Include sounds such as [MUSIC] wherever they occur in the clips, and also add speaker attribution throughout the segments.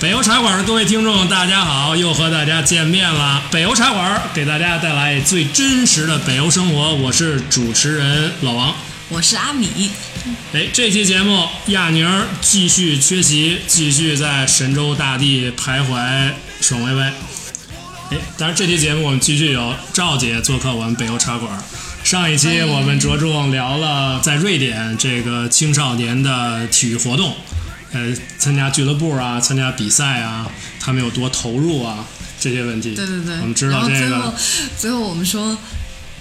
Speaker 1: 北欧茶馆的各位听众，大家好，又和大家见面了。北欧茶馆给大家带来最真实的北欧生活，我是主持人老王。
Speaker 2: 我是阿米，
Speaker 1: 哎，这期节目亚宁儿继续缺席，继续在神州大地徘徊爽歪歪。哎，当然这期节目我们继续有赵姐做客我们北欧茶馆。上一期我们着重聊了在瑞典这个青少年的体育活动，呃，参加俱乐部啊，参加比赛啊，他们有多投入啊这些问题。
Speaker 2: 对对对，
Speaker 1: 我们知道这
Speaker 2: 然
Speaker 1: 个
Speaker 2: 后最后，最后我们说，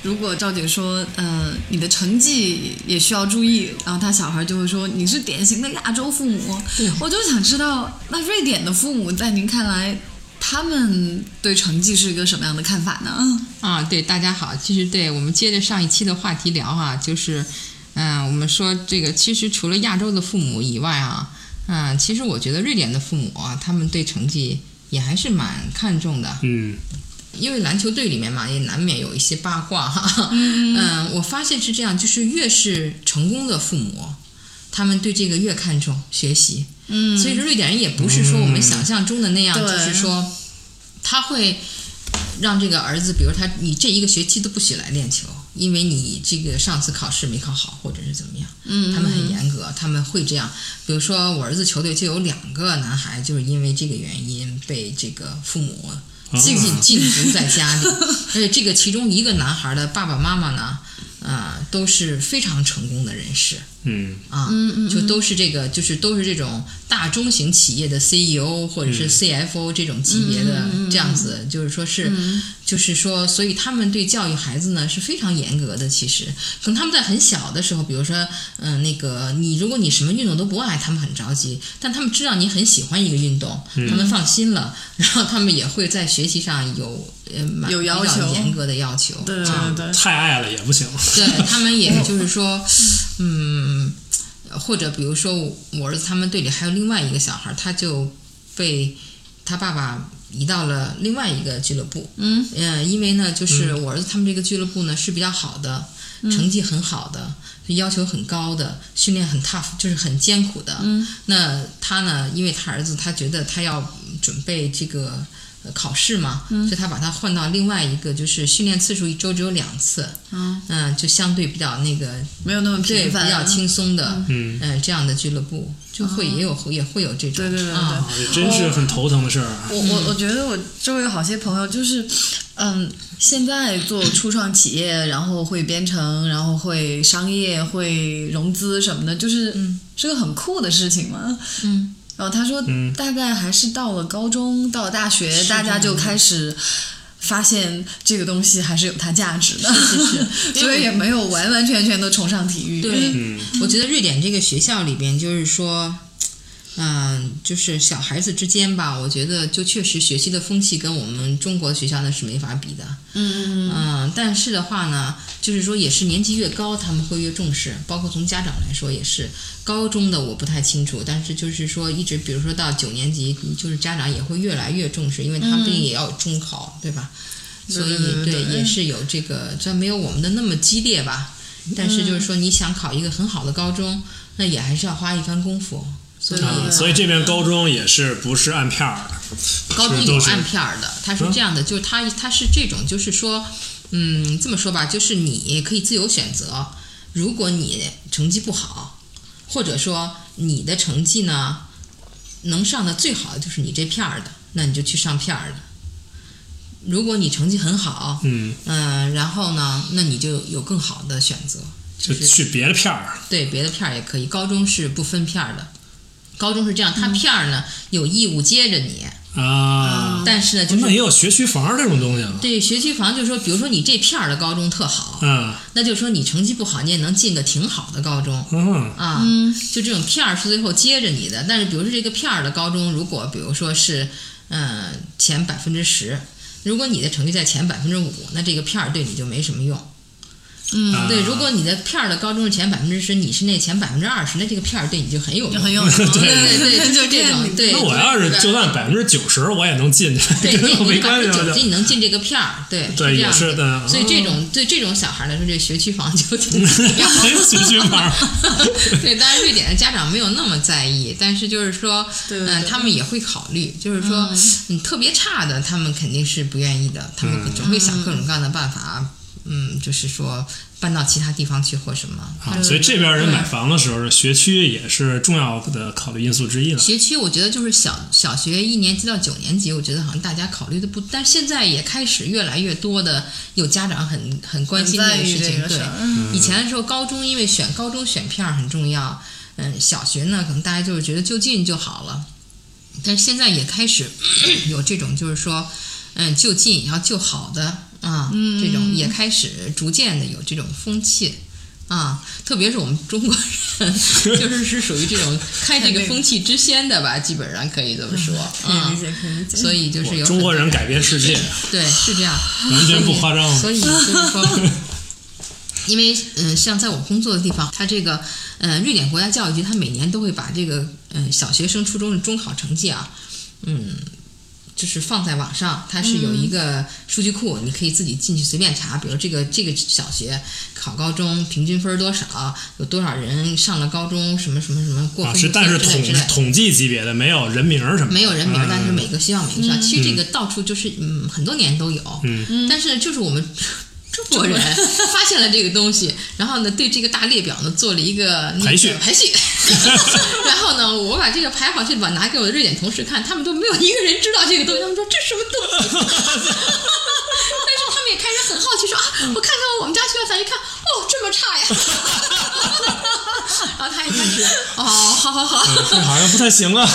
Speaker 2: 如果赵姐说，呃，你的成绩也需要注意，然后他小孩就会说你是典型的亚洲父母。我就想知道，那瑞典的父母在您看来，他们对成绩是一个什么样的看法呢？嗯
Speaker 3: 啊，对，大家好，其实对我们接着上一期的话题聊啊，就是，嗯，我们说这个，其实除了亚洲的父母以外啊，嗯，其实我觉得瑞典的父母啊，他们对成绩也还是蛮看重的，
Speaker 1: 嗯
Speaker 3: 因为篮球队里面嘛，也难免有一些八卦哈。 [LAUGHS] 嗯我发现是这样，就是越是成功的父母，他们对这个越看重学习。嗯，所以瑞典人也不是说我们想象中的那样，
Speaker 2: 对
Speaker 3: 就是说他会让这个儿子，比如他你这一个学期都不许来练球，因为你这个上次考试没考好，或者是怎么样。嗯，他们很严格，他们会这样。比如说我儿子球队就有两个男孩，就是因为这个原因被这个父母禁
Speaker 1: 啊
Speaker 3: 禁足在家里， [LAUGHS] 而且这个其中一个男孩的爸爸妈妈呢，啊、都是非常成功的人士
Speaker 1: 嗯
Speaker 3: 啊，就都是这个，就是都是这种大中型企业的 CEO 或者是 CFO 这种级别
Speaker 2: 嗯
Speaker 3: 的、这样子，就是说是，就是说，所以他们对教育孩子呢是非常严格的。其实，可能他们在很小的时候，比如说，嗯、那个你如果你什么运动都不爱，他们很着急，但他们知道你很喜欢一个运动，他们放心了，然后他们也会在学习上有呃蛮
Speaker 2: 有要
Speaker 3: 比较
Speaker 2: 求
Speaker 3: 严格的要求，啊
Speaker 2: 对
Speaker 1: 太爱了也不行。
Speaker 2: [LAUGHS]
Speaker 3: 对他们也就是说，嗯，或者比如说我我儿子他们队里还有另外一个小孩儿，他就被他爸爸移到了另外一个俱乐部。
Speaker 2: 嗯
Speaker 3: 呃因为呢，就是我儿子他们这个俱乐部呢是比较好的，
Speaker 2: 嗯
Speaker 3: 成绩很好的，要求很高的，训练很 tough，就是很艰苦的。
Speaker 2: 嗯
Speaker 3: 那他呢，因为他儿子他觉得他要准备这个。呃考试嘛，
Speaker 2: 嗯
Speaker 3: 所以他把他换到另外一个，就是训练次数一周只有两次，
Speaker 2: 嗯，
Speaker 3: 嗯，就相对比较那个
Speaker 2: 没有那么啊
Speaker 3: 对
Speaker 2: 频
Speaker 3: 比
Speaker 2: 繁，
Speaker 3: 较轻松的，
Speaker 1: 嗯，
Speaker 3: 嗯，这样的俱乐部就会也有也会有这种，
Speaker 2: 哦对对对对
Speaker 3: 啊
Speaker 1: 啊，这真是很头疼的事儿啊。
Speaker 2: 我我我觉得我周围有好些朋友就是，嗯，现在做初创企业，然后会编程，然后会商业，会融资什么的，就是、是个很酷的事情嘛。
Speaker 3: 嗯，
Speaker 2: 然后他说
Speaker 1: 嗯，
Speaker 2: 大概还是到了高中，到了大学，
Speaker 3: 是
Speaker 2: 大
Speaker 3: 这
Speaker 2: 家
Speaker 3: 样
Speaker 2: 就
Speaker 3: 的
Speaker 2: 开始。发现这个东西还是有它价值的，
Speaker 3: 是 [LAUGHS] 因为
Speaker 2: 所以也没有完完全全的崇尚体育。
Speaker 3: 对
Speaker 1: 嗯
Speaker 3: 我觉得瑞典这个学校里边，就是说，嗯、就是小孩子之间吧，我觉得就确实学习的风气跟我们中国学校呢是没法比的。嗯嗯但是的话呢，就是说也是年级越高，他们会越重视，包括从家长来说也是。高中的我不太清楚，但是就是说一直，比如说到九年级，就是家长也会越来越重视，因为他们也要有中考，对吧？所以
Speaker 2: 嗯对对对对
Speaker 3: 也是有这个，虽然没有我们的那么激烈吧，但是就是说你想考一个很好的高中，那也还是要花一番功夫。所以
Speaker 2: 嗯
Speaker 1: 啊，所以这边高中也是不是按片儿的，
Speaker 3: 高中
Speaker 1: 是都
Speaker 3: 有
Speaker 1: 是嗯
Speaker 3: 按片儿的，它是这样的，就是它它是这种，就是说，嗯，这么说吧，就是你可以自由选择，如果你成绩不好，或者说你的成绩呢，能上的最好的就是你这片儿的，那你就去上片儿的。如果你成绩很好，
Speaker 1: 嗯，
Speaker 3: 嗯、然后呢，那你就有更好的选择，
Speaker 1: 就
Speaker 3: 就是
Speaker 1: 去别的片儿。
Speaker 3: 对，别的片儿也可以。高中是不分片儿的，高中是这样，他片儿呢有义务接着你，
Speaker 1: 啊，
Speaker 3: 但是呢，就
Speaker 1: 那
Speaker 3: 是
Speaker 1: 也有学区房这种东西啊。
Speaker 3: 对学区房，就是说，比如说你这片儿的高中特好，
Speaker 1: 嗯
Speaker 3: 那就说你成绩不好，你也能进个挺好的高中
Speaker 1: 嗯
Speaker 3: 啊。就这种片儿是最后接着你的，但是比如说这个片儿的高中，如果比如说是嗯前百分之十，如果你的成绩在前百分之五，那这个片儿对你就没什么用。
Speaker 1: 嗯
Speaker 3: 对，如果你的片儿的高中是前百分之十，你是那前百分之二十，那这个片儿对你就很有用。
Speaker 2: 很有用
Speaker 1: 对
Speaker 3: 对对对，
Speaker 2: 就
Speaker 3: 这
Speaker 2: 样
Speaker 3: 种 [LAUGHS] 对。
Speaker 1: 那我要是就算百分之九十，我也能进去，
Speaker 3: [LAUGHS]
Speaker 1: [LAUGHS]
Speaker 3: 对
Speaker 1: 跟我
Speaker 3: 你
Speaker 1: 没
Speaker 3: 你百
Speaker 1: 关系
Speaker 3: 分之
Speaker 1: 了
Speaker 3: 九十
Speaker 1: 就。
Speaker 3: 你能进这个片儿，对，
Speaker 1: 对
Speaker 3: 是这样
Speaker 1: 也是的嗯
Speaker 3: 所以这种对这种小孩来说，这学区房 [LAUGHS]
Speaker 1: [LAUGHS]
Speaker 3: 就挺
Speaker 1: 很有喜剧感。
Speaker 3: [LAUGHS] 对，当然瑞典的家长没有那么在意，但是就是说，
Speaker 2: 对
Speaker 3: 嗯、
Speaker 2: 对对
Speaker 3: 他们也会考虑，就是说，嗯，特别差的，他们肯定是不愿意的，他们
Speaker 1: 嗯
Speaker 3: 总会
Speaker 2: 嗯
Speaker 3: 想各种各样的办法，嗯，就是说搬到其他地方去或什么。
Speaker 1: 啊，所以这边人买房的时候，学区也是重要的考虑因素之一了。
Speaker 3: 学区我觉得就是小小学一年级到九年级，我觉得好像大家考虑的不，但现在也开始越来越多的有家长很很关心
Speaker 2: 很在
Speaker 3: 个
Speaker 2: 意
Speaker 3: 事
Speaker 2: 这
Speaker 3: 情。
Speaker 2: 个
Speaker 3: 对
Speaker 2: 事儿，嗯
Speaker 3: 以前的时候高中因为选高中选片儿很重要，嗯，小学呢可能大家就是觉得就近就好了，但是现在也开始有这种就是说，嗯，就近然后就好的啊，
Speaker 2: 嗯
Speaker 3: 这种也开始逐渐的有这种风气。啊，特别是我们中国人， [LAUGHS] 就是是属于这种开这个风气之先的吧，基本上可以这么说啊。
Speaker 2: 解可以理解
Speaker 3: 所以就是有
Speaker 1: 中国人改变世界，
Speaker 3: 对是这样，
Speaker 1: 完全不夸张。啊
Speaker 3: 所以就是说，因为嗯、呃像在我工作的地方，它这个呃，瑞典国家教育局，它每年都会把这个嗯、呃小学生、初中的中考成绩啊，嗯，就是放在网上，它是有一个数据库，你可以自己进去随便查，比如这个这个小学考高中平均分儿多少，有多少人上了高中，什么什么什么过
Speaker 1: 啊，
Speaker 3: 分
Speaker 1: 是
Speaker 3: 之
Speaker 1: 但是
Speaker 3: 类之
Speaker 1: 统
Speaker 3: 类之类
Speaker 1: 统计级别的，没有人名儿什么的，
Speaker 3: 没有人名儿，
Speaker 1: 嗯
Speaker 3: 但是每个学校每个学校，其实这个到处就是嗯，很多年都有，
Speaker 1: 嗯
Speaker 3: 但是就是 [LAUGHS] 我们中国人发现了这个东西，然后呢，对这个大列表呢做了一个那个
Speaker 1: 排序 [LAUGHS]
Speaker 3: 排序，然后呢，我把这个排好序表拿给我的瑞典同事看，他们都没有一个人知道这个东西，他们说这什么东西？但 [LAUGHS] 是他们也开始很好奇说啊，
Speaker 1: 嗯
Speaker 3: 我看看我们家学校，咱一看，哦，这么差呀！ [LAUGHS] 然后他也开始哦，好好好。
Speaker 1: 这好像不太
Speaker 3: [LAUGHS]
Speaker 1: 行啊。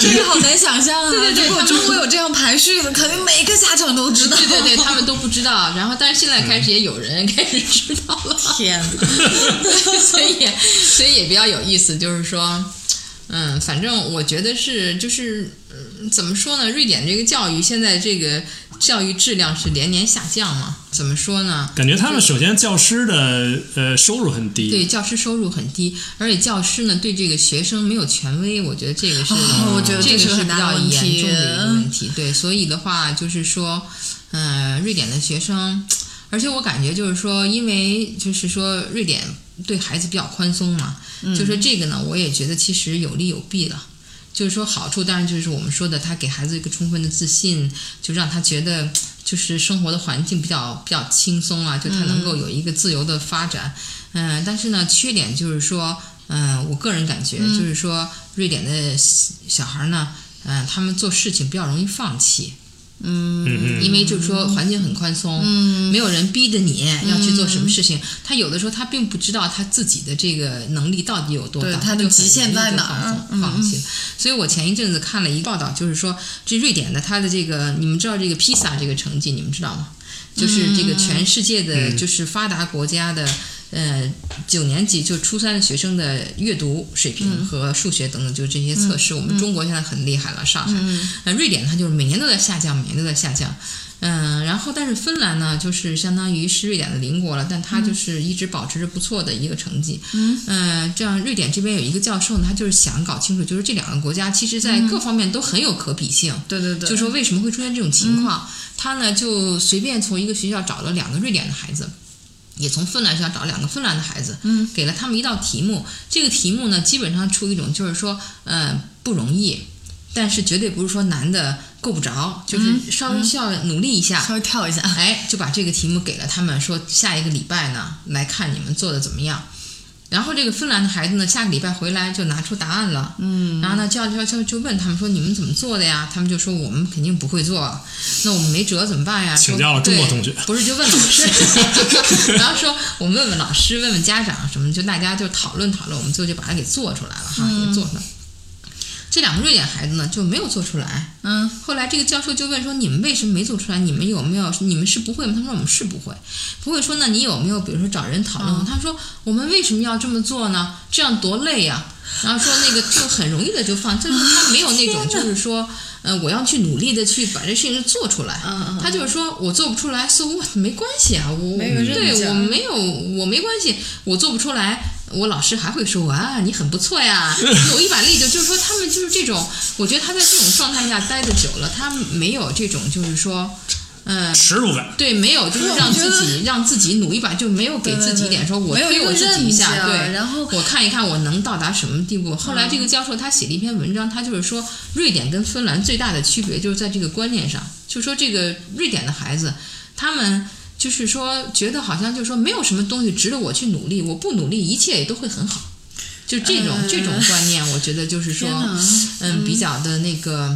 Speaker 2: 这个好难想象啊！
Speaker 3: 对对对
Speaker 2: 如果
Speaker 3: 他们
Speaker 2: 中国有这样排序的，肯定每个家长都知道。
Speaker 3: 对对对，他们都不知道。然后，但是现在开始也有人开始知道了，
Speaker 2: 天， [LAUGHS]
Speaker 3: 对所以也所以也比较有意思，就是说，嗯，反正我觉得是就是、嗯怎么说呢？瑞典这个教育现在这个教育质量是连年下降嘛？怎么说呢？
Speaker 1: 感觉他们首先教师的呃收入很低，
Speaker 3: 对教师收入很低，而且教师呢对这个学生没有权威，我觉得这个是，
Speaker 2: 哦我觉得
Speaker 3: 这
Speaker 2: 这
Speaker 3: 个
Speaker 2: 是
Speaker 3: 是
Speaker 2: 很
Speaker 3: 比
Speaker 2: 大
Speaker 3: 较
Speaker 2: 的问题嗯
Speaker 3: 严重的一个问题。对，所以的话就是说，呃，瑞典的学生，而且我感觉就是说，因为就是说瑞典对孩子比较宽松嘛，
Speaker 2: 嗯
Speaker 3: 就说这个呢，我也觉得其实有利有弊了。就是说好处，当然就是我们说的，他给孩子一个充分的自信，就让他觉得就是生活的环境比较比较轻松啊，就他能
Speaker 2: 嗯
Speaker 3: 够有一个自由的发展。嗯、但是呢，缺点就是说，嗯、我个人感觉就是说，瑞典的小孩儿呢，嗯、他们做事情比较容易放弃。
Speaker 1: 嗯嗯，
Speaker 3: 因为就是说环境很宽松，
Speaker 2: 嗯
Speaker 3: 没有人逼着你要去做什么事情。他有的时候他并不知道他自己的这个能力到底有多
Speaker 2: 对
Speaker 3: 大，
Speaker 2: 他的
Speaker 3: 就很
Speaker 2: 极限
Speaker 3: 容易
Speaker 2: 在
Speaker 3: 就
Speaker 2: 哪儿
Speaker 3: 放松
Speaker 2: 嗯
Speaker 3: 放弃了。所以我前一阵子看了一个报道，就是说这瑞典的他的这个，你们知道这个披萨这个成绩，你们知道吗？就是这个
Speaker 2: 嗯
Speaker 3: 全世界的，就是发达国家的，呃，九年级就初三的学生的阅读水平
Speaker 2: 嗯
Speaker 3: 和数学等等，就是这些测试，我们中国现在很厉害了，上海，
Speaker 2: 嗯
Speaker 3: 呃，瑞典它就是每年都在下降，每年都在下降。嗯，然后但是芬兰呢，就是相当于是瑞典的邻国了，但它就是一直保持着不错的一个成绩。嗯，呃，这样瑞典这边有一个教授呢，他就是想搞清楚，就是这两个国家其实在各方面都很有可比性。
Speaker 2: 对对对，
Speaker 3: 就说为什么会出现这种情况？他呢就随便从一个学校找了两个瑞典的孩子，也从芬兰学校找了两个芬兰的孩子，嗯，给了他们一道题目。这个题目呢，基本上出一种就是说，呃，不容易，但是绝对不是说难的够不着，就是稍微需要努力一下。
Speaker 2: 稍微跳一下，
Speaker 3: 哎，就把这个题目给了他们，说下一个礼拜呢来看你们做的怎么样。然后这个芬兰的孩子呢，下个礼拜回来就拿出答案了，嗯，然后呢就要就要就就问他们说你们怎么做的呀？他们就说我们肯定不会做，那我们没辙怎么办呀？
Speaker 1: 请
Speaker 3: 说
Speaker 1: 教了中国
Speaker 3: 对
Speaker 1: 同学
Speaker 3: 不是就问老师，
Speaker 1: [LAUGHS]
Speaker 3: 然后说我们问问老师，问问家长什么，就大家就讨论讨论，我们最后就把它给做出来了哈，给做出来。这两个瑞典孩子呢就没有做出来。
Speaker 2: 嗯，
Speaker 3: 后来这个教授就问说：“你们为什么没做出来？你们有没有？你们是不会吗？”他们说：“我们是不会。”不会说呢，你有没有比如说找人讨论？
Speaker 2: 嗯
Speaker 3: 他说：“我们为什么要这么做呢？这样多累呀、然后说那个就很容易的就放，就是他没有那种就是说，呃，我要去努力的去把这事情做出来。
Speaker 2: 嗯嗯嗯
Speaker 3: 他就是说我做不出来，so what，没关系啊，我
Speaker 2: 没有任务
Speaker 3: 对
Speaker 2: 奖
Speaker 3: 我没有，我没关系，我做不出来，我老师还会说啊，你很不错
Speaker 2: [LAUGHS]
Speaker 3: 呀，你有一把力就就是说他们就是这种，我觉得他在这种状态下待的久了，他没有这种就是说，嗯、
Speaker 1: 耻辱感。
Speaker 3: 对，没有就是让
Speaker 2: 我觉得
Speaker 3: 自己让自己努一把，就没有给
Speaker 2: 对对
Speaker 3: 自己一
Speaker 2: 对
Speaker 3: 点说我
Speaker 2: 没有一
Speaker 3: 推
Speaker 2: 个
Speaker 3: 我自己一下，
Speaker 2: 认知啊
Speaker 3: 对，
Speaker 2: 然后
Speaker 3: 我看一看我能到达什么地步。后来这个教授他写了一篇文章，他就是说瑞典跟芬兰最大的区别就是在这个观念上，就说这个瑞典的孩子他们。就是说，觉得好像就是说，没有什么东西值得我去努力，我不努力，一切也都会很好。就这种、这种观念，我觉得就是说，
Speaker 2: 呃天哪，
Speaker 3: 嗯，比较的那个，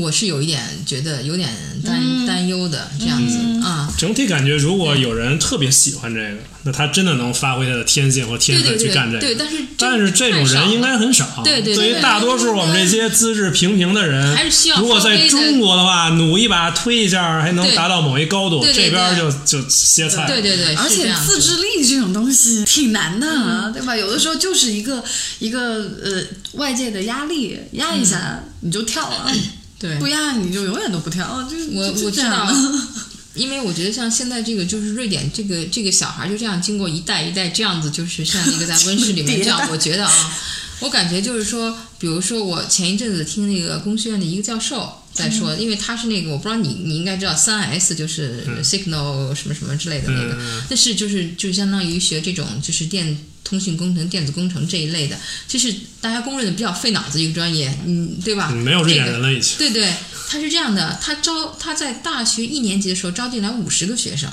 Speaker 3: 我是有一点觉得有点担、
Speaker 2: 嗯
Speaker 3: 担忧的这样子啊。
Speaker 1: 整体感觉，如果有人特别喜欢这个，那他真的能发挥他的天性和天
Speaker 3: 对对
Speaker 1: 分去干
Speaker 3: 对
Speaker 1: 这
Speaker 3: 对，
Speaker 1: 个。
Speaker 3: 但是
Speaker 1: 但是这种
Speaker 3: 太少
Speaker 1: 人应
Speaker 3: 了
Speaker 1: 该很少。
Speaker 3: 对对对
Speaker 1: 于大多数我们这些资质平平的人，
Speaker 3: 还是需要
Speaker 1: 如果在
Speaker 3: 稍微的
Speaker 1: 中国的话，努一把推一下，还能
Speaker 3: 对
Speaker 1: 达到某一高度，
Speaker 3: 对对
Speaker 1: 这边就
Speaker 3: 对
Speaker 1: 就歇菜。
Speaker 3: 对对对，
Speaker 2: 而
Speaker 3: 是这
Speaker 2: 且
Speaker 3: 样
Speaker 2: 自
Speaker 3: 子嗯
Speaker 2: 制力这种东西挺难的、啊对吧？有的时候就是一个一个呃外界的压力压一下、
Speaker 3: 嗯
Speaker 2: 你就跳了，
Speaker 3: 对
Speaker 2: 不压你就永远都不跳。就
Speaker 3: 嗯
Speaker 2: 就
Speaker 3: 我我
Speaker 2: 就
Speaker 3: 知
Speaker 2: 这样啊
Speaker 3: 道
Speaker 2: 了，
Speaker 3: 因为我觉得像现在这个，就是瑞典这个这个小孩就这样经过一代一代这样子，就是像那个在温室里面
Speaker 2: 迭代
Speaker 3: 这
Speaker 1: [LAUGHS]
Speaker 3: 样，我觉得啊，我感觉就是说，比如说我前一阵子听那个工学院的一个教授在说，因为他是那个我不知道你你应该知道三 S 就是
Speaker 1: 嗯
Speaker 3: Signal 什么什么之类的那个，
Speaker 1: 嗯，
Speaker 3: 但是就是就相当于学这种就是电通讯工程、电子工程这一类的，这是大家公认的比较费脑子一个专业，嗯，对吧？
Speaker 1: 嗯没有瑞典
Speaker 3: 这个
Speaker 1: 人了已经。
Speaker 3: 对对，他是这样的，他招他在大学一年级的时候招进来五十个学生，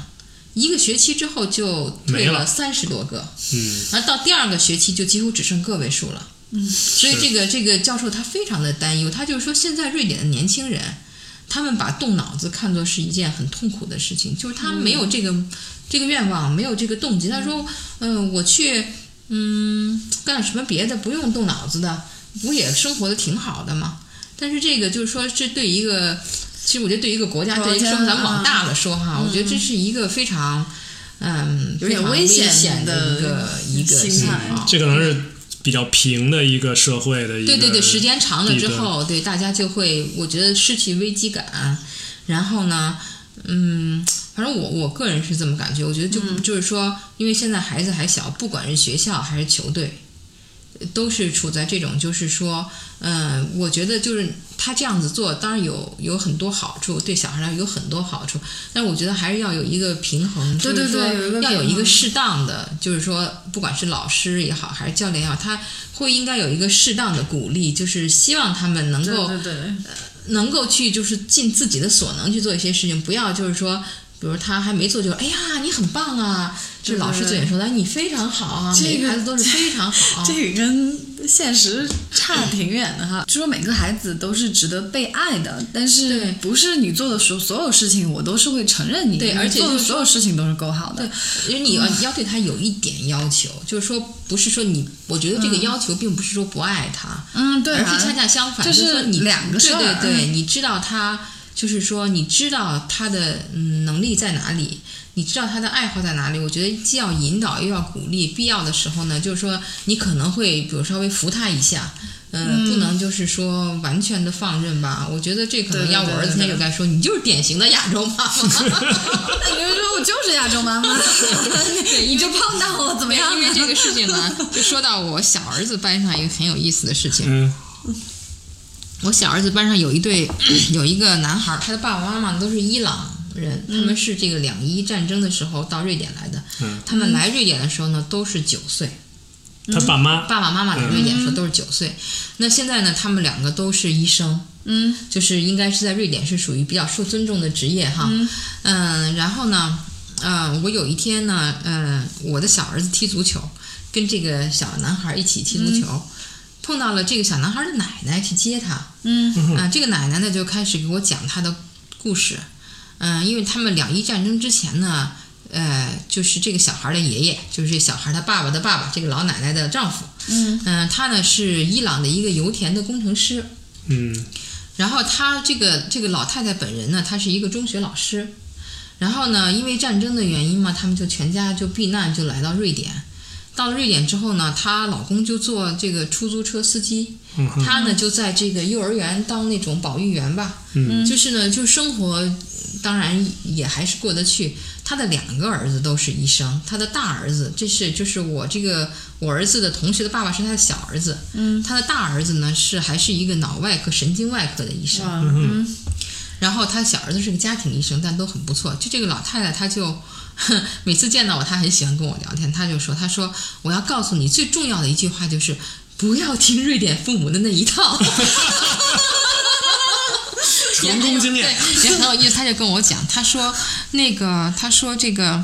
Speaker 3: 一个学期之后就
Speaker 1: 没
Speaker 3: 退
Speaker 1: 了
Speaker 3: 三十多个，
Speaker 1: 嗯，
Speaker 3: 而到第二个学期就几乎只剩个位数了。嗯， [LAUGHS] 所以
Speaker 1: 是
Speaker 3: 这个这个教授他非常的担忧，他就是说现在瑞典的年轻人，他们把动脑子看作是一件很痛苦的事情，就是他没有这个、
Speaker 2: 嗯
Speaker 3: 这个愿望，没有这个动机。他说，嗯、我去，嗯，干点什么别的，不用动脑子的，不也生活的挺好的嘛？但是这个就是说，这对一个，其实我觉得对一个国家，
Speaker 2: 国
Speaker 3: 对一个
Speaker 2: 家
Speaker 3: 社会，咱们往
Speaker 2: 啊
Speaker 3: 大了说哈，我觉得这是一个非常。嗯，
Speaker 2: 有点
Speaker 3: 非常
Speaker 2: 危
Speaker 3: 危
Speaker 2: 险
Speaker 3: 的一个
Speaker 2: 的
Speaker 3: 一个
Speaker 2: 心态
Speaker 3: 情况
Speaker 1: 这可能是比较平的一个社会的一个。
Speaker 3: 对对对，时间长了
Speaker 1: 地
Speaker 3: 之
Speaker 1: 段
Speaker 3: 后，对大家就会，我觉得失去危机感。然后呢，嗯，反正我我个人是这么感觉，我觉得就、
Speaker 2: 嗯
Speaker 3: 就是说，因为现在孩子还小，不管是学校还是球队，都是处在这种，就是说，嗯，我觉得就是他这样子做，当然有有很多好处，对小孩来说有很多好处，但是我觉得还是要有一个平衡，
Speaker 2: 对
Speaker 3: 就是
Speaker 2: 对对
Speaker 3: 说
Speaker 2: 有一个
Speaker 3: 要有
Speaker 2: 平
Speaker 3: 一个
Speaker 2: 衡
Speaker 3: 适当的，就是说，不管是老师也好，还是教练也好，他会应该有一个适当的鼓励，就是希望他们能
Speaker 2: [LAUGHS] 对
Speaker 3: 够
Speaker 2: 对对，
Speaker 3: 能够去就是尽自己的所能去做一些事情，不要就是说。比如他还没做就，哎呀，你很棒啊！这
Speaker 2: 对对
Speaker 3: 老师最远说的，哎你非常好啊，
Speaker 2: 这
Speaker 3: 每个
Speaker 2: 个
Speaker 3: 孩子都是非常好啊。
Speaker 2: 这个跟现实差挺远的哈。就说每个孩子都是值得被爱的，但是
Speaker 3: 对
Speaker 2: 不是你做的所所有事情，我都是会承认你，
Speaker 3: 对
Speaker 2: 你
Speaker 3: 而且
Speaker 2: 做的
Speaker 3: 就是
Speaker 2: 所有事情都是够好的
Speaker 3: 对。，因为你要要对他有一点要求，就是说不是说你，我觉得这个要求并不是说不爱他，
Speaker 2: 嗯，对、
Speaker 3: 而
Speaker 2: 啊，
Speaker 3: 是恰恰相反，
Speaker 2: 就是
Speaker 3: 说你
Speaker 2: 两个事儿嗯
Speaker 3: 对对对，你知道他，就是说你知道他的嗯能力在哪里，你知道他的爱好在哪里。我觉得既要引导又要鼓励，必要的时候呢，就是说你可能会比如稍微扶他一下。嗯，不能就是说完全的放任吧。我觉得这可能
Speaker 2: 对
Speaker 3: 要
Speaker 2: 对
Speaker 3: 我儿
Speaker 2: 对
Speaker 3: 子现在
Speaker 2: 对
Speaker 3: 就该说，你就是典型的亚洲妈妈。
Speaker 2: 那你就说我就是亚洲妈
Speaker 3: [LAUGHS]
Speaker 2: 妈， [LAUGHS] 你你就碰到我怎么样
Speaker 3: 因
Speaker 2: 呢？
Speaker 3: 为这个事情呢，就说到我小儿子班上一个很有意思的事情。
Speaker 1: 嗯，
Speaker 3: 我小儿子班上有一对有一个男孩儿，他的爸爸妈妈都是伊朗人，他们是这个两伊战争的时候到瑞典来的。
Speaker 1: 嗯
Speaker 3: 他们来瑞典的时候呢，都是九岁，嗯
Speaker 1: 他爸妈
Speaker 3: 爸爸妈妈来瑞典的时候都是九岁。那现在呢，他们两个都是医生。
Speaker 2: 嗯，
Speaker 3: 就是应该是在瑞典是属于比较受尊重的职业哈。嗯，然后呢，呃，我有一天呢，呃，我的小儿子踢足球，跟这个小男孩一起踢足球，碰到了这个小男孩的奶奶去接他。
Speaker 2: 嗯，
Speaker 3: 啊、这个奶奶呢就开始给我讲她的故事。嗯、因为他们两伊战争之前呢。呃，就是这个小孩的爷爷，就是这小孩他爸爸的爸爸，这个老奶奶的丈夫，嗯他呢是伊朗的一个油田的工程师，
Speaker 1: 嗯
Speaker 3: 然后她这个这个老太太本人呢，她是一个中学老师，然后呢，因为战争的原因嘛，他们就全家就避难，就来到瑞典。到了瑞典之后呢，她老公就做这个出租车司机，
Speaker 1: 嗯哼
Speaker 3: 她呢就在这个幼儿园当那种保育员吧，
Speaker 1: 嗯
Speaker 3: 就是呢就生活，当然也还是过得去。她的两个儿子都是医生，她的大儿子这是就是我这个我儿子的同学的爸爸是他的小儿子，
Speaker 2: 嗯，
Speaker 3: 他的大儿子呢是还是一个脑外科、神经外科的医生，
Speaker 2: 哇，
Speaker 1: 嗯
Speaker 3: 然后他小儿子是个家庭医生，但都很不错。就这个老太太，她就每次见到我，她很喜欢跟我聊天，她就说：“她说我要告诉你最重要的一句话就是不要听瑞典父母的那一套。” [LAUGHS]
Speaker 1: 成功经验，
Speaker 3: 对，也很有意思。他就跟我讲，他说那个，他说这个，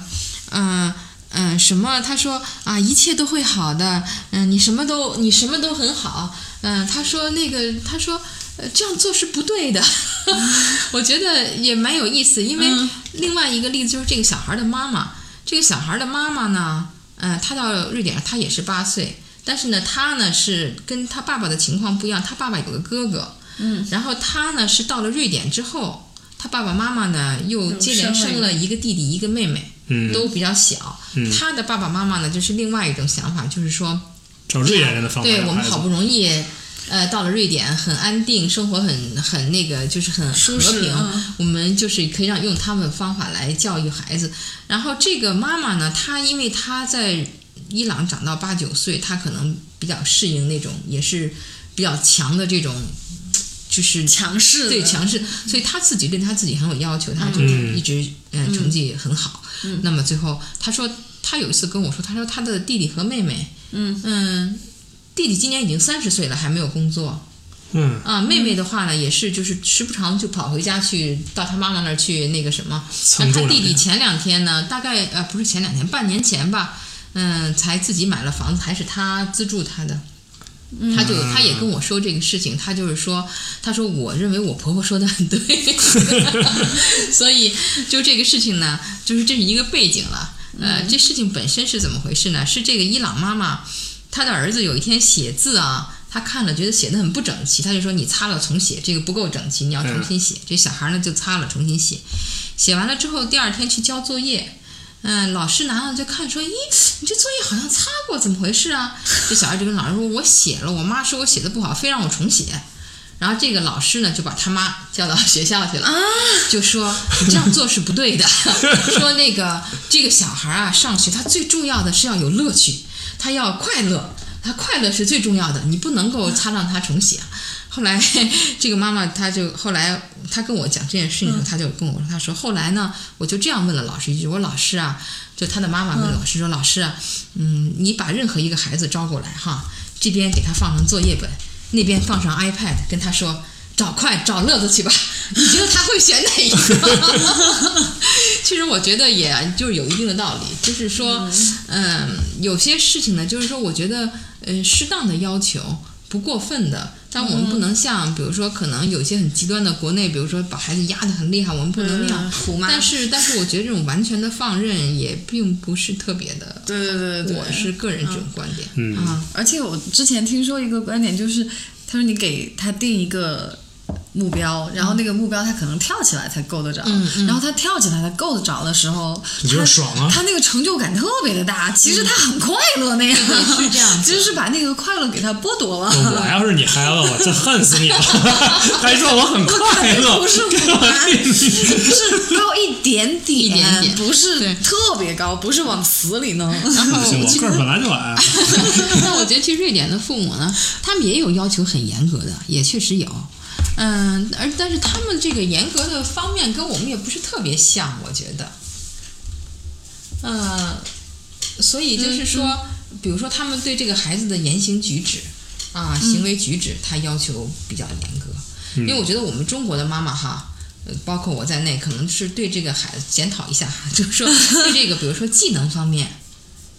Speaker 3: 嗯、嗯、什么？他说啊，一切都会好的。嗯、你什么都你什么都很好。嗯、他说那个，他说。呃，这样做是不对的，我觉得也蛮有意思。因为另外一个例子就是这个小孩的妈妈，这个小孩的妈妈呢，呃，她到瑞典，她也是八岁，但是呢，她呢是跟她爸爸的情况不一样，她爸爸有个哥哥，嗯，然后她呢是到了瑞典之后，她爸爸妈妈呢又接连生了一个弟弟一个妹妹，
Speaker 1: 嗯
Speaker 3: 都比较小。
Speaker 1: 嗯
Speaker 3: 她的爸爸妈妈呢就是另外一种想法，就是说，
Speaker 1: 找瑞典人的方法
Speaker 3: 对
Speaker 1: 养
Speaker 3: 我们
Speaker 1: 孩
Speaker 3: 好
Speaker 1: 子
Speaker 3: 不容易。呃，到了瑞典很安定，生活很很那个，就是很和
Speaker 2: 舒适
Speaker 3: 平。
Speaker 2: 嗯
Speaker 3: 我们就是可以让用他们的方法来教育孩子。然后这个妈妈呢，她因为她在伊朗长到八九岁，她可能比较适应那种也是比较强的这种，就是
Speaker 2: 强势的
Speaker 3: 对强势，所以他自己对他自己很有要求，他就是一直嗯、呃成绩很好。那么最后他说，他有一次跟我说，他说他的弟弟和妹妹，
Speaker 2: 嗯
Speaker 3: 弟弟今年已经三十岁了，还没有工作
Speaker 1: 嗯
Speaker 3: 啊，妹妹的话呢，也是就是时不常就跑回家去到他妈妈那儿去那个什么。
Speaker 1: 蹭
Speaker 3: 那
Speaker 1: 重两
Speaker 3: 他弟弟
Speaker 1: 天
Speaker 3: 前两天呢，大概呃不是前两天，半年前吧，嗯，才自己买了房子，还是他资助他的。他就他也跟我说这个事情，他就是说，他说我认为我婆婆说的很对， [LAUGHS] 所以就这个事情呢，就是这是一个背景了。呃，这事情本身是怎么回事呢？是这个伊朗妈妈，她的儿子有一天写字啊，他看了觉得写的很不整齐，他就说你擦了重写，这个不够整齐，你要重新写。这小孩呢就擦了重新写，写完了之后第二天去交作业，嗯，老师拿了就看说，咦，你这作业好像擦过，怎么回事啊？这小孩就跟老师说，我写了，我妈说我写的不好，非让我重写。然后这个老师呢，就把他妈叫到学校去了， [LAUGHS] 就说你这样做是不对的，说那个这个小孩啊，上学他最重要的是要有乐趣，他要快乐，他快乐是最重要的，你不能够擦让他重写。啊后来 [LAUGHS] 这个妈妈她就后来她跟我讲这件事情的时候，她就跟我说，她说后来呢，我就这样问了老师一句，我说老师啊，就她的妈妈问老师说，老师啊，嗯，你把任何一个孩子招过来哈，这边给他放上作业本，那边放上 iPad，跟他说。找快找乐子去吧， [LAUGHS] 你觉得他会选哪一个？ [LAUGHS] 其实我觉得也就是有一定的道理，就是说，嗯、有些事情呢，就是说，我觉得，呃，适当的要求不过分的，但我们不能像，比如说，可能有些很极端的国内，比如说把孩子压得很厉害，我们不能那样。
Speaker 2: 嗯虎妈
Speaker 3: 但是，但是我觉得这种完全的放任也并不是特别的，
Speaker 2: 对对对对，对
Speaker 3: 我是个人这种观点。
Speaker 1: 嗯
Speaker 3: 啊，
Speaker 2: 而且我之前听说一个观点，就是他说你给他定一个目标，然后那个目标他可能跳起来才够得着，
Speaker 3: 嗯嗯
Speaker 2: 然后他跳起来他够得着的时候，
Speaker 1: 这就是
Speaker 2: 他
Speaker 1: 爽啊
Speaker 2: 他那个成就感特别的大，其实他很快乐那样，
Speaker 3: 嗯是这样子
Speaker 2: 其实是把那个快乐给他剥夺了。
Speaker 1: 我要是你孩子，我真恨死
Speaker 3: [LAUGHS]
Speaker 1: 你了！还说我很快乐，
Speaker 2: 不是
Speaker 1: 我
Speaker 2: 是高一点点，
Speaker 3: [LAUGHS] 一点点
Speaker 2: 不是
Speaker 3: 对
Speaker 2: 特别高，不是往死里弄。
Speaker 1: 不行，我个儿本来就矮。啊
Speaker 3: [LAUGHS] 那我觉得去瑞典的父母呢，他们也有要求很严格的，也确实有。嗯，而但是他们这个严格的方面跟我们也不是特别像，我觉得。嗯，所以就是说，比如说他们对这个孩子的言行举止啊、行为举止，他要求比较严格。因为我觉得我们中国的妈妈哈，呃包括我在 [LAUGHS] 内，可能是对这个孩子检讨一下，就是说对这个，比如说技能方面，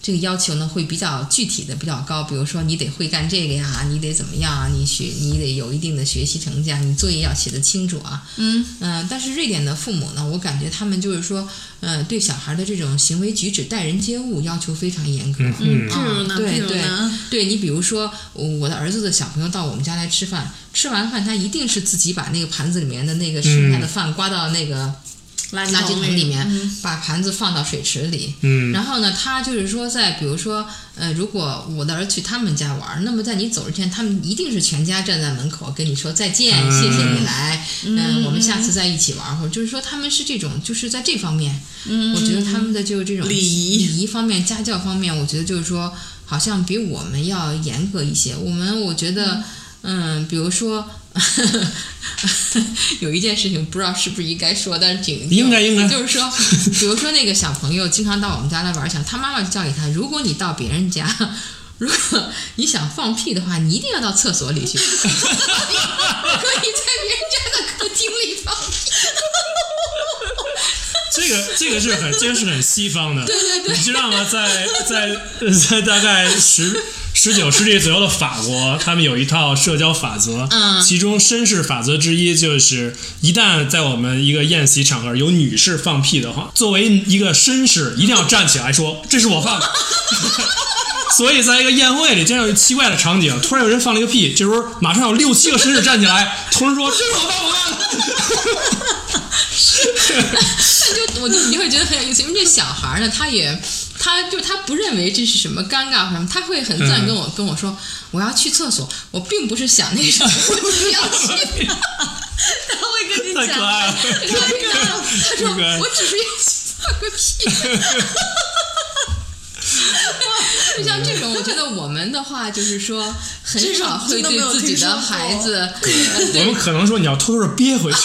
Speaker 3: 这个要求呢会比较具体的比较高，比如说你得会干这个呀，你得怎么样啊，你学你得有一定的学习成绩啊，你作业要写得清楚啊，
Speaker 2: 嗯
Speaker 3: 嗯、但是瑞典的父母呢，我感觉他们就是说，呃，对小孩的这种行为举止、待人接物要求非常严格，
Speaker 1: 嗯嗯
Speaker 2: 譬如呢，
Speaker 3: 对
Speaker 2: 譬如呢，
Speaker 3: 对你，比如说我我的儿子的小朋友到我们家来吃饭，吃完饭他一定是自己把那个盘子里面的那个剩下的饭刮到那个
Speaker 2: 垃
Speaker 3: 垃圾桶里面，
Speaker 2: 嗯
Speaker 3: 把盘子放到水池里。
Speaker 1: 嗯
Speaker 3: 然后呢，他就是说在，比如说，呃，如果我的儿子去他们家玩，那么在你走之前，他们一定是全家站在门口跟你说再见，
Speaker 1: 嗯
Speaker 3: 谢谢你来，嗯、我们下次再一起玩，或者就是说他们是这种，就是在这方面，
Speaker 2: 嗯 [LAUGHS]
Speaker 3: 我觉得他们的就是这种
Speaker 2: 礼仪
Speaker 3: 礼仪方面、家教方面，我觉得就是说，好像比我们要严格一些。我们我觉得，嗯，比如说。 [LAUGHS] 有一件事情不知道是不是应该说，但是挺
Speaker 1: 应该应该
Speaker 3: 就是说，比如说那个小朋友经常到我们家来玩，想他妈妈就教给他，如果你到别人家， [LAUGHS] 如果你想放屁的话，你一定要到厕所里去， [LAUGHS] 不可以在别人家的客厅里放屁。
Speaker 1: 这个这个是很，这个是很西方的，对对对，你知道吗？在在在大概十十九世纪左右的法国，他们有一套社交法则，
Speaker 3: 嗯
Speaker 1: 其中绅士法则之一就是，一旦在我们一个宴席场合有女士放屁的话，作为一个绅士，一定要站起来说：“这是我放的。” [LAUGHS] 所以，在一个宴会里，这样有奇怪的场景，突然有人放了一个屁，这时候马上有六七个绅士站起来，同时说：“这是我放，我放的。”
Speaker 3: 但就我就你就会觉得很有意思，因为这小孩儿呢，他也他就他不认为这是什么尴尬或什么，他会很自然跟
Speaker 1: 嗯
Speaker 3: 我、跟我说，我要去厕所，我并不是想那什么，我不要
Speaker 1: [LAUGHS]
Speaker 3: 去，
Speaker 2: 他会跟
Speaker 1: [LAUGHS]
Speaker 2: 你
Speaker 1: 太可爱了
Speaker 2: 讲，
Speaker 3: 他就这样他说
Speaker 1: 这个
Speaker 3: 我只是要去放个屁。 [LAUGHS] 就像这种，我觉得我们的话就是说，很少会对自己的孩子，
Speaker 1: 我们可能说你要偷偷的憋回去。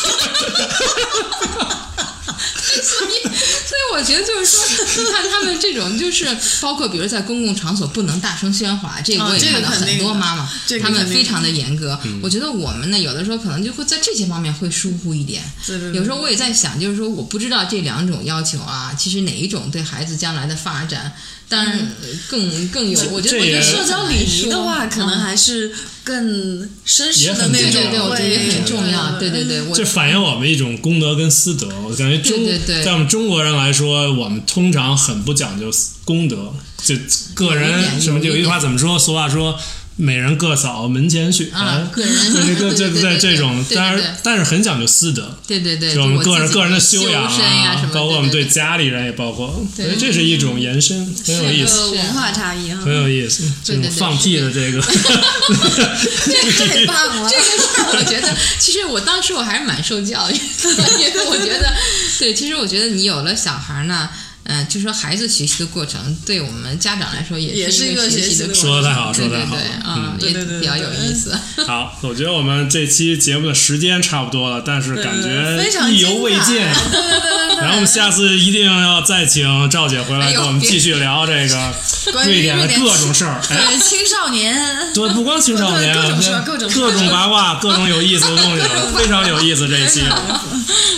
Speaker 3: 所以，所以我觉得就是说，你看他们这种，就是包括比如在公共场所不能大声喧哗，这个
Speaker 2: 啊
Speaker 3: 我也
Speaker 2: 这个
Speaker 3: 看到
Speaker 2: 肯
Speaker 3: 很
Speaker 2: 定
Speaker 3: 多
Speaker 2: 的
Speaker 3: 妈妈
Speaker 2: 这，个
Speaker 3: 他们
Speaker 2: 肯定
Speaker 3: 非常的严格。我觉得我们呢，有的时候可能就会在这些方面会疏忽一点。
Speaker 2: 对对对
Speaker 3: 有时候我也在想，就是说，我不知道这两种要求啊，其实哪一种对孩子将来的发展，当然呃更更有，我觉
Speaker 1: 这
Speaker 3: 得我觉
Speaker 1: 也
Speaker 3: 得
Speaker 2: 社交礼仪的话，
Speaker 3: 嗯
Speaker 2: 可能还是更绅士的那
Speaker 1: 也
Speaker 3: 对
Speaker 1: 很
Speaker 2: 种，
Speaker 3: 对对，我觉得也很重要。对
Speaker 2: 对
Speaker 3: 对对， [LAUGHS] 我
Speaker 1: 这反映我们一种功德跟私德。我感觉中
Speaker 3: 对对对
Speaker 1: 在我们中国人来说，我们通常很不讲究功德，就个
Speaker 3: 有一点
Speaker 1: 人什么就
Speaker 3: 有
Speaker 1: 有
Speaker 3: 一
Speaker 1: 一句话
Speaker 3: 点
Speaker 1: 怎么说？俗话说。每人各扫门前雪
Speaker 3: 啊个人
Speaker 1: 对
Speaker 3: 对对
Speaker 1: 对
Speaker 3: 对对
Speaker 1: 这种，
Speaker 3: 对对
Speaker 1: 但
Speaker 3: 对
Speaker 1: 是但是很讲究私德，
Speaker 3: 对对对，
Speaker 1: 就我们
Speaker 3: 自
Speaker 1: 个人
Speaker 3: 己
Speaker 1: 个人的
Speaker 3: 修
Speaker 1: 养啊
Speaker 3: 身呀什么，
Speaker 1: 包括我们
Speaker 3: 对
Speaker 1: 对家里人也包括，
Speaker 3: 对
Speaker 1: 所以这是一种延伸，很有意
Speaker 2: 这
Speaker 1: 思，
Speaker 2: 个文化差异啊
Speaker 1: 很，有意思。这
Speaker 3: 对对
Speaker 1: 种
Speaker 3: 对
Speaker 1: 放屁的这个，
Speaker 3: [LAUGHS]
Speaker 1: [LAUGHS]
Speaker 2: 太棒了
Speaker 3: 这！个事儿，我觉得其实我当时我还是蛮受教育的， [LAUGHS] 因为我觉得，对，其实我觉得你有了小孩儿呢，嗯、就说孩子学习的过程，对我们家长来说也
Speaker 2: 也是
Speaker 3: 一
Speaker 2: 一
Speaker 3: 个
Speaker 2: 个
Speaker 3: 学
Speaker 2: 学
Speaker 3: 习
Speaker 2: 习
Speaker 3: 的
Speaker 2: 的过
Speaker 3: 过
Speaker 2: 程
Speaker 3: 程，
Speaker 1: 说的太好，说
Speaker 3: 对
Speaker 1: 的
Speaker 3: 对
Speaker 1: 太好嗯
Speaker 3: 对，，啊，
Speaker 2: 对
Speaker 3: 也
Speaker 2: 对对
Speaker 3: 比较有意思。
Speaker 2: [LAUGHS]
Speaker 1: 好，我觉得我们这期节目的时间差不多了，但是感觉
Speaker 2: 对非常
Speaker 1: 意犹未
Speaker 2: [LAUGHS] 精
Speaker 1: 尽啊
Speaker 2: 彩。
Speaker 1: 然后我们下次一定要再请赵姐回
Speaker 3: 哎
Speaker 1: 来
Speaker 3: 呦
Speaker 1: 跟我们
Speaker 3: 别
Speaker 1: 继续聊这个
Speaker 2: 关于
Speaker 1: 瑞典的
Speaker 2: 瑞典
Speaker 1: 各种事
Speaker 2: [LAUGHS]
Speaker 1: 儿。哎，
Speaker 2: 对青少年，
Speaker 1: 对，不光青少年，
Speaker 2: 各种事儿
Speaker 1: 各
Speaker 2: 各种事儿
Speaker 1: 种八卦，各种有意思的东
Speaker 2: [LAUGHS]
Speaker 1: 西，非常有意思这一期。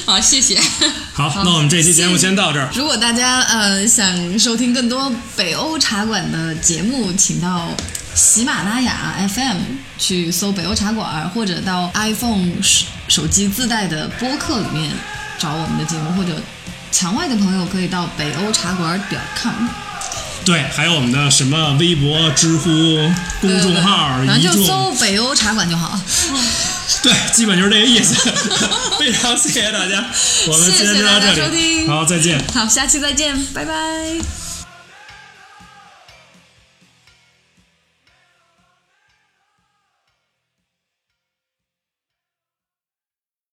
Speaker 3: 好，谢谢。
Speaker 1: 好，那我们这期节目先到这儿。
Speaker 2: 如果大家呃想收听更多北欧茶馆的节目，请到喜马拉雅 FM 去搜“北欧茶馆”，或者到 iPhone 手手机自带的播客里面找我们的节目，或者墙外的朋友可以到北欧茶馆点 com。
Speaker 1: 对，还有我们的什么微博、知乎、公众号、
Speaker 2: 然后
Speaker 1: 一
Speaker 2: 就
Speaker 1: 众，
Speaker 2: 搜北欧茶馆就好。
Speaker 1: 对，基本就是这个意思。 [LAUGHS] 非常谢谢大家，我们今天就到这
Speaker 2: 谢谢大家收
Speaker 1: 里，
Speaker 2: 听
Speaker 1: 好，再见。
Speaker 2: 好，下期再见，拜拜。